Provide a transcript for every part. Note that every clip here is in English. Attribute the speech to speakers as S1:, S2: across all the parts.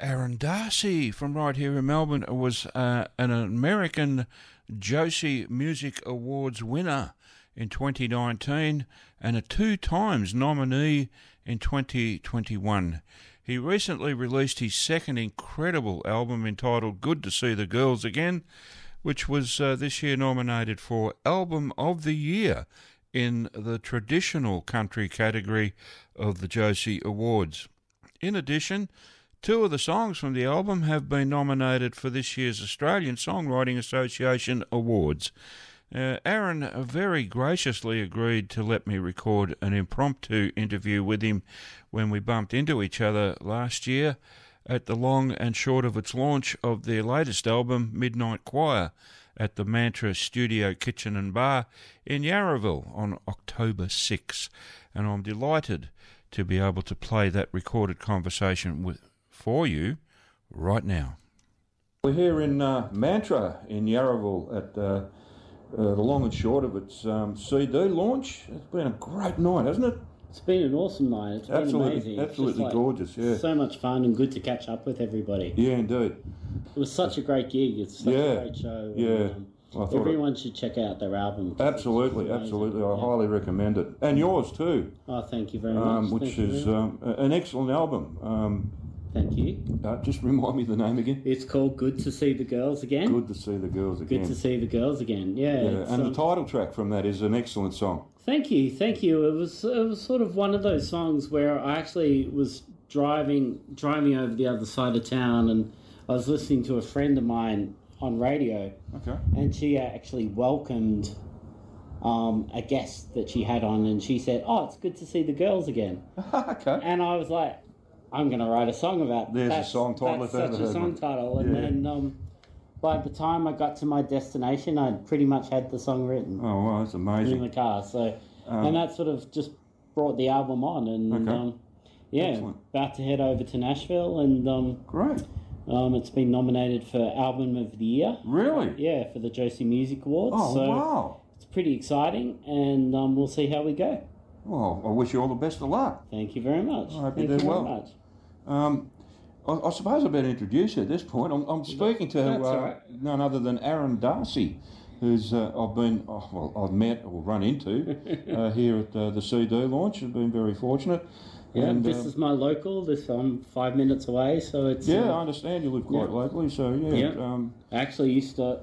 S1: Aaron Darcy from right here in Melbourne was uh, an American Josie Music Awards winner in 2019 and a two times nominee in 2021. He recently released his second incredible album entitled Good to See the Girls Again, which was uh, this year nominated for Album of the Year in the traditional country category of the Josie Awards. In addition, Two of the songs from the album have been nominated for this year's Australian Songwriting Association Awards. Uh, Aaron very graciously agreed to let me record an impromptu interview with him when we bumped into each other last year at the long and short of its launch of their latest album, Midnight Choir, at the Mantra Studio Kitchen and Bar in Yarraville on October 6. And I'm delighted to be able to play that recorded conversation with, for you right now. We're here in uh, Mantra in Yarraville at uh, uh, the long and short of its um, CD launch. It's been a great night, hasn't it?
S2: It's been an awesome night. It's been
S1: absolutely,
S2: amazing. It's
S1: absolutely
S2: just, like,
S1: gorgeous. Yeah,
S2: So much fun and good to catch up with everybody.
S1: yeah, indeed.
S2: It was such a great gig. It's such
S1: Yeah.
S2: a great show.
S1: Yeah.
S2: um,
S1: I thought it-
S2: everyone should check out their album. 'cause it's
S1: Absolutely,
S2: amazing.
S1: absolutely. I
S2: Yeah.
S1: highly recommend it, and yours too,
S2: Oh, thank you very
S1: um,
S2: much.
S1: which
S2: thank you
S1: is
S2: very-
S1: um, a- an excellent album. Um,
S2: thank you.
S1: uh, just remind me the name again.
S2: It's called Good to See the Girls Again.
S1: Good to see the girls
S2: Good
S1: again.
S2: to see the girls again. Yeah.
S1: yeah,
S2: it's,
S1: and the
S2: um,
S1: title track from that is an excellent song.
S2: Thank you, thank you. It was it was sort of one of those songs where I actually was driving driving over the other side of town, and I was listening to a friend of mine on radio,
S1: Okay.
S2: and she actually welcomed um, a guest that she had on, and she said, "Oh, it's good to see the girls again,"
S1: okay.
S2: and I was like, "I'm going to write a song about
S1: There's a
S2: that's-
S1: song title
S2: That's
S1: if I ever
S2: such a
S1: heard
S2: song
S1: one.
S2: title, and
S1: Yeah.
S2: then um, by the time I got to my destination, I'd pretty much had the song written
S1: Oh, wow, that's
S2: in
S1: amazing.
S2: the car. So, and that sort of just brought the album on, and
S1: Um, Okay.
S2: um, yeah,
S1: Excellent.
S2: about to head over to Nashville, and um,
S1: Great.
S2: um, it's been nominated for album of the year.
S1: Really?
S2: Yeah, for the Josie Music Awards.
S1: Oh,
S2: so
S1: wow.
S2: it's pretty exciting, and um, we'll see how we go.
S1: Well, I wish you all the best of luck.
S2: Thank you very much.
S1: I hope you
S2: Thank
S1: do
S2: very
S1: well.
S2: much.
S1: Um, I, I suppose I better introduce you at this point. I'm, I'm speaking to
S2: That's
S1: uh,
S2: all right.
S1: none other than Aaron Darcy, who's uh, I've been oh, well I've met or run into uh, here at uh, the CD launch. I've been very fortunate.
S2: Yeah,
S1: and,
S2: this
S1: uh,
S2: is my local. This I'm five minutes away, so it's
S1: yeah,
S2: uh,
S1: I understand you live quite
S2: yeah.
S1: locally, so yeah.
S2: Yeah.
S1: Um,
S2: I actually used to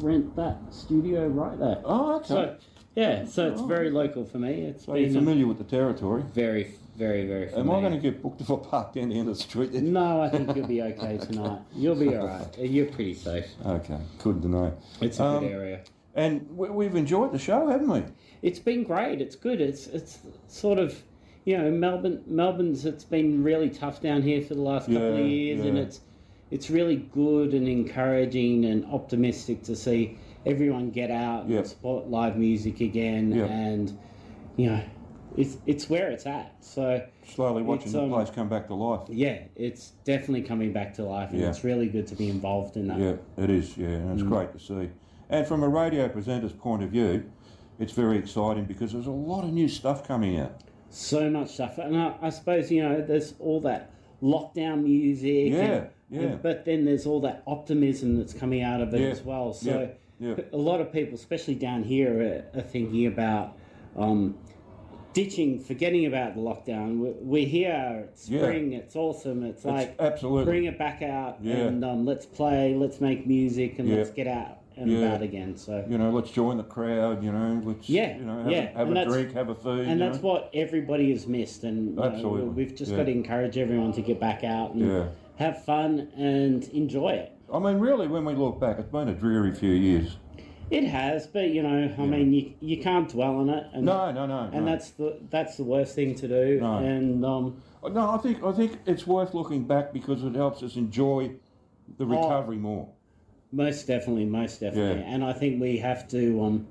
S2: rent that studio right there.
S1: oh, okay.
S2: So
S1: So,
S2: yeah, so it's very local for me. It's
S1: you're
S2: been a-
S1: familiar with the territory.
S2: Very, very, very
S1: Am I
S2: familiar.
S1: going to get booked if I park down the end of the street?
S2: No, I think you'll be okay tonight. You'll be all right. You're pretty safe.
S1: Okay, couldn't deny.
S2: It's a
S1: Um,
S2: good area.
S1: And we, we've enjoyed the show, haven't we?
S2: It's been great. It's good. It's it's sort of, you know, Melbourne. Melbourne's. It's been really tough down here for the last couple
S1: Yeah,
S2: of years, and
S1: yeah.
S2: it's it's really good and encouraging and optimistic to see everyone get out
S1: Yeah.
S2: and support live music again,
S1: Yeah.
S2: and you know, it's it's where it's at. So.
S1: Slowly watching
S2: It's,
S1: the
S2: um,
S1: place come back to life.
S2: Yeah, it's definitely coming back to life, and
S1: Yeah.
S2: it's really good to be involved in that.
S1: Yeah, it is. Yeah, and
S2: Mm.
S1: it's great to see. And from a radio presenter's point of view, it's very exciting because there's a lot of new stuff coming out.
S2: so much stuff. And I, I suppose, you know, there's all that lockdown music.
S1: Yeah,
S2: and-
S1: yeah.
S2: and- but then there's all that optimism that's coming out of it
S1: Yeah,
S2: as well. So
S1: yeah, yeah.
S2: a lot of people, especially down here, are, are thinking about um, ditching, forgetting about the lockdown. We're, we're here, it's
S1: Yeah.
S2: spring, it's awesome. It's, like,
S1: it's absolutely.
S2: bring it back out
S1: Yeah.
S2: and um, let's play, let's make music, and
S1: Yeah.
S2: let's get out and
S1: Yeah.
S2: about again. So.
S1: you know, let's join the crowd. You know, let's
S2: Yeah,
S1: you know have,
S2: yeah,
S1: have
S2: and
S1: a
S2: that's-
S1: drink, have a food.
S2: And
S1: you
S2: that's
S1: know?
S2: what everybody has missed. And you know,
S1: Absolutely,
S2: we've just
S1: yeah.
S2: got to encourage everyone to get back out and
S1: Yeah.
S2: have fun and enjoy it.
S1: I mean, really, when we look back, it's been a dreary few years.
S2: It has, but you know, I mean, you, you can't dwell on it. And,
S1: No, no, no.
S2: and
S1: no.
S2: that's the that's the worst thing to do.
S1: No.
S2: And um,
S1: Uh, no. I think I think it's worth looking back because it helps us enjoy the recovery more.
S2: most definitely, most definitely.
S1: Yeah.
S2: And I think we have to, um,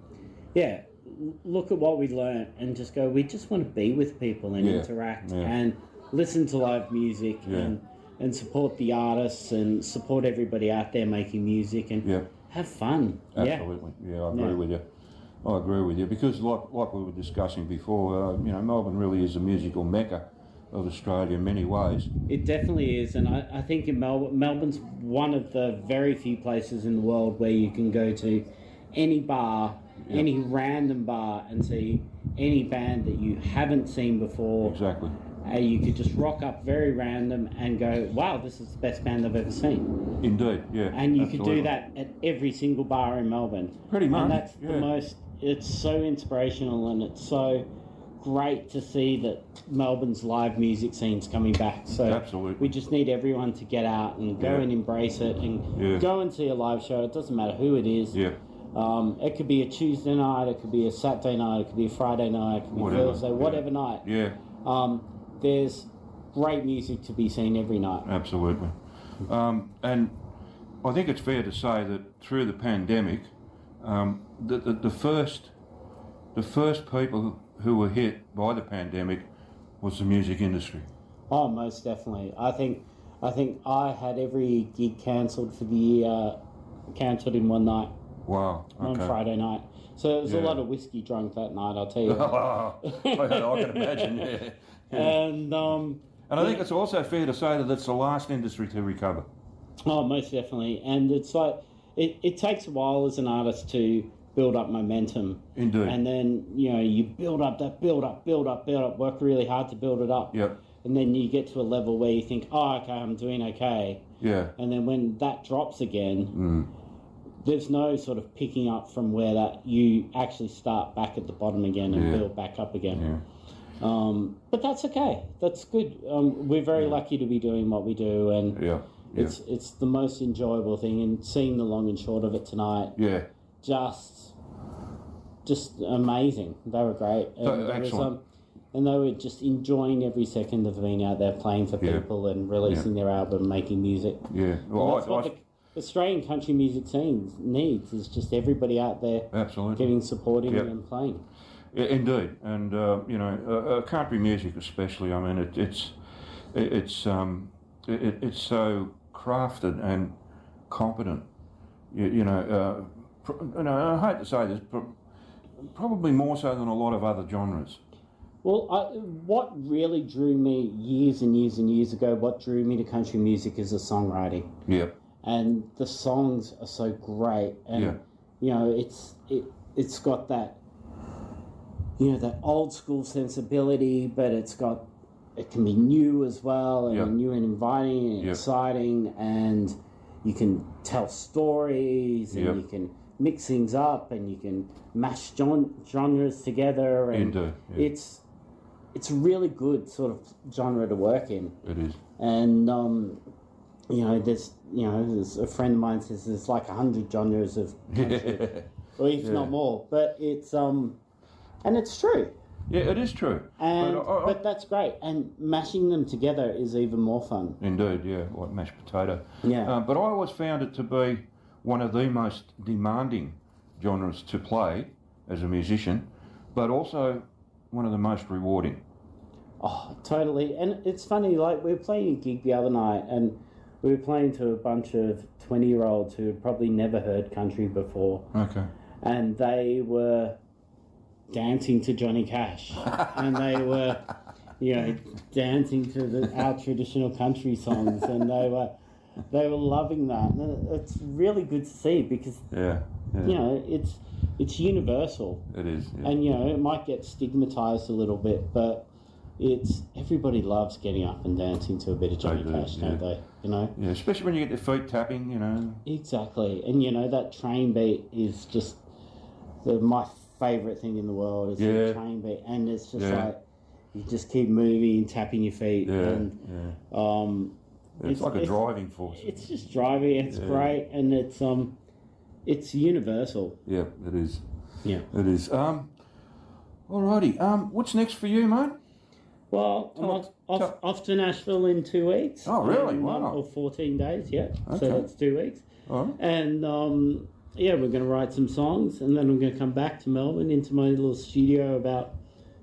S2: yeah, l- look at what we learned and just go. We just want to be with people and
S1: Yeah,
S2: interact
S1: yeah.
S2: and listen to live music
S1: Yeah.
S2: and and support the artists and support everybody out there making music and
S1: Yeah.
S2: Have fun.
S1: Absolutely. Yeah, I agree
S2: Yeah.
S1: with you. I agree with you because, like like we were discussing before, uh, you know, Melbourne really is a musical mecca, of Australia in many ways.
S2: It definitely is, and I, I think in Melbourne, Melbourne's one of the very few places in the world where you can go to any bar,
S1: Yeah.
S2: any random bar, and see any band that you haven't seen before.
S1: Exactly.
S2: Uh, you could just rock up very random and go, "Wow, this is the best band I've ever seen,"
S1: Indeed, yeah.
S2: and you could
S1: absolutely.
S2: do that at every single bar in Melbourne.
S1: Pretty much.
S2: and that's
S1: yeah.
S2: the most. It's so inspirational, and it's so great to see that Melbourne's live music scene's coming back. So
S1: Absolutely.
S2: we just need everyone to get out and go
S1: Yeah.
S2: and embrace it, and
S1: Yeah.
S2: go and see a live show. It doesn't matter who it is.
S1: Yeah,
S2: Um, it could be a Tuesday night, it could be a Saturday night, it could be a Friday night, it could be
S1: Whatever,
S2: Thursday,
S1: yeah.
S2: whatever night.
S1: yeah,
S2: Um, there's great music to be seen every night.
S1: absolutely. Um, and I think it's fair to say that through the pandemic, um, the, the, the first the first people who were hit by the pandemic was the music industry.
S2: Oh, most definitely. I think I think I had every gig cancelled for the year, cancelled in one night
S1: Wow.
S2: on
S1: Okay.
S2: Friday night. So it was a
S1: Yeah.
S2: lot of whiskey drunk that night. I'll tell you. that.
S1: Oh, I can imagine. Yeah. Yeah.
S2: and um,
S1: And I think it's also fair to say that it's the last industry to recover.
S2: oh, most definitely. And it's like it, it takes a while as an artist to build up momentum.
S1: Indeed.
S2: And then you know you build up that build up, build up, build up. Work really hard to build it up.
S1: Yep.
S2: And then you get to a level where you think, oh, okay, I'm doing okay.
S1: Yeah. Mm,
S2: And then when that drops again, there's no sort of picking up from where that you actually start back at the bottom again and
S1: Yeah.
S2: build back up again.
S1: Yeah.
S2: Um, but that's okay. That's good. Um, we're very lucky to be doing what we do, and
S1: Yeah. Yeah.
S2: it's it's the most enjoyable thing. And seeing the long and short of it tonight,
S1: yeah.
S2: just just amazing. They were great.
S1: So,
S2: And there was,
S1: Oh, excellent.
S2: um, and they were just enjoying every second of being out there playing for
S1: Yeah.
S2: people and releasing their album, making music.
S1: Yeah.
S2: And
S1: Well,
S2: that's what
S1: I,
S2: the Australian country music scene needs is just everybody out there
S1: I, absolutely.
S2: getting supporting
S1: Yep.
S2: and playing.
S1: I- Indeed, and uh, you know, uh, uh, country music especially. I mean, it, it's it, it's um, it, it's so crafted and competent. You, you know, uh, pr- you know, I hate to say this, pr- probably more so than a lot of other genres.
S2: Well, I, what really drew me years and years and years ago, what drew me to country music is the songwriting.
S1: Yeah,
S2: And the songs are so great. And,
S1: Yeah.
S2: you know, it's, it, it's got that, you know, that old school sensibility, but it's got, it can be new as well, and
S1: Yeah.
S2: new and inviting and
S1: Yeah.
S2: exciting. And you can tell stories and
S1: Yeah.
S2: you can mix things up and you can mash gen- genres together. And,
S1: indeed, yeah,
S2: it's it's a really good sort of genre to work in
S1: it is.
S2: and um you know there's you know there's a friend of mine says there's like 100 genres of
S1: Yeah.
S2: or if not more but it's um and it's true
S1: yeah, it is true.
S2: and
S1: but, uh, I, I-
S2: but that's great and mashing them together is even more fun
S1: Indeed, yeah, like mashed potato.
S2: Yeah.
S1: Uh, but I always found it to be one of the most demanding genres to play as a musician, but also one of the most rewarding.
S2: Oh, totally. And it's funny, like, we were playing a gig the other night and we were playing to a bunch of 20 year olds who had probably never heard country before.
S1: Okay.
S2: And they were dancing to Johnny Cash. and they were, you know, dancing to the, our traditional country songs. And they were. They were loving that. And it's really good to see because
S1: Yeah. Yeah.
S2: you know it's it's universal
S1: It is. Yeah.
S2: and you know it might get stigmatized a little bit but it's everybody loves getting up and dancing to a bit of johnny
S1: do,
S2: cash don't
S1: yeah.
S2: they you know
S1: Yeah, especially when you get your feet tapping, you know.
S2: exactly and you know that train beat is just the, my favorite thing in the world is
S1: Yeah.
S2: the train beat and it's just
S1: Yeah.
S2: like you just keep moving and tapping your feet
S1: Yeah.
S2: and
S1: yeah.
S2: um
S1: It's,
S2: it's-
S1: like a
S2: it's-
S1: driving force.
S2: it's just driving it's
S1: Yeah.
S2: great and it's um it's universal
S1: Yeah, it is.
S2: yeah
S1: It is. Um, alrighty. Um, what's next for you, mate?
S2: Well, I'm off,
S1: Talk-
S2: off,
S1: talk-
S2: off to Nashville in two weeks.
S1: Oh, really?
S2: And, um,
S1: Wow.
S2: Or 14 days, yeah.
S1: Okay.
S2: So that's two weeks.
S1: All right.
S2: And um, yeah, we're going to write some songs and then I'm going to come back to Melbourne into my little studio about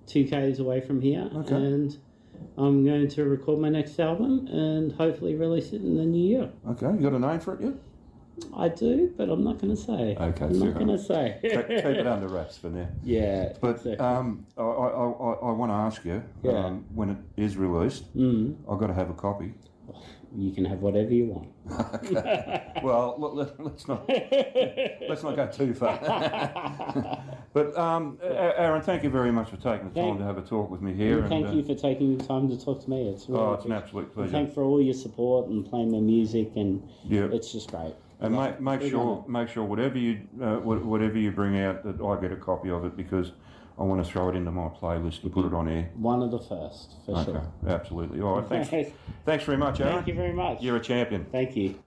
S2: two Ks away from here.
S1: Okay.
S2: And I'm going to record my next album and hopefully release it in the new year.
S1: Okay. You got a name for it yet?
S2: I do, but I'm not going to say.
S1: Okay, fair
S2: I'm not going to
S1: enough. Keep, keep
S2: say.
S1: it under wraps for now.
S2: yeah,
S1: But
S2: so-
S1: um, I, I, I, I want to ask you
S2: Yeah.
S1: um, when it is released,
S2: mm,
S1: I've got to have a copy.
S2: you can have whatever you want.
S1: Well, let- let, let's not let's not go too far. but um, A- A- Aaron, thank you very much for taking the time
S2: Thank-
S1: to have a talk with me here.
S2: And thank
S1: uh,
S2: you for taking the time to talk to me. It's really
S1: oh, it's an
S2: appreciated.
S1: absolute pleasure.
S2: Thanks for all your support and playing my music, and
S1: yeah.
S2: it's just great.
S1: And make, make
S2: Big
S1: sure make sure whatever you uh, wha- whatever you bring out that I get a copy of it because I want to throw it into my playlist and put it on air.
S2: One of the first, for
S1: Okay,
S2: sure.
S1: absolutely. All right, thanks.
S2: Thank
S1: thanks very much, Aaron.
S2: you very much.
S1: You're a champion.
S2: Thank you.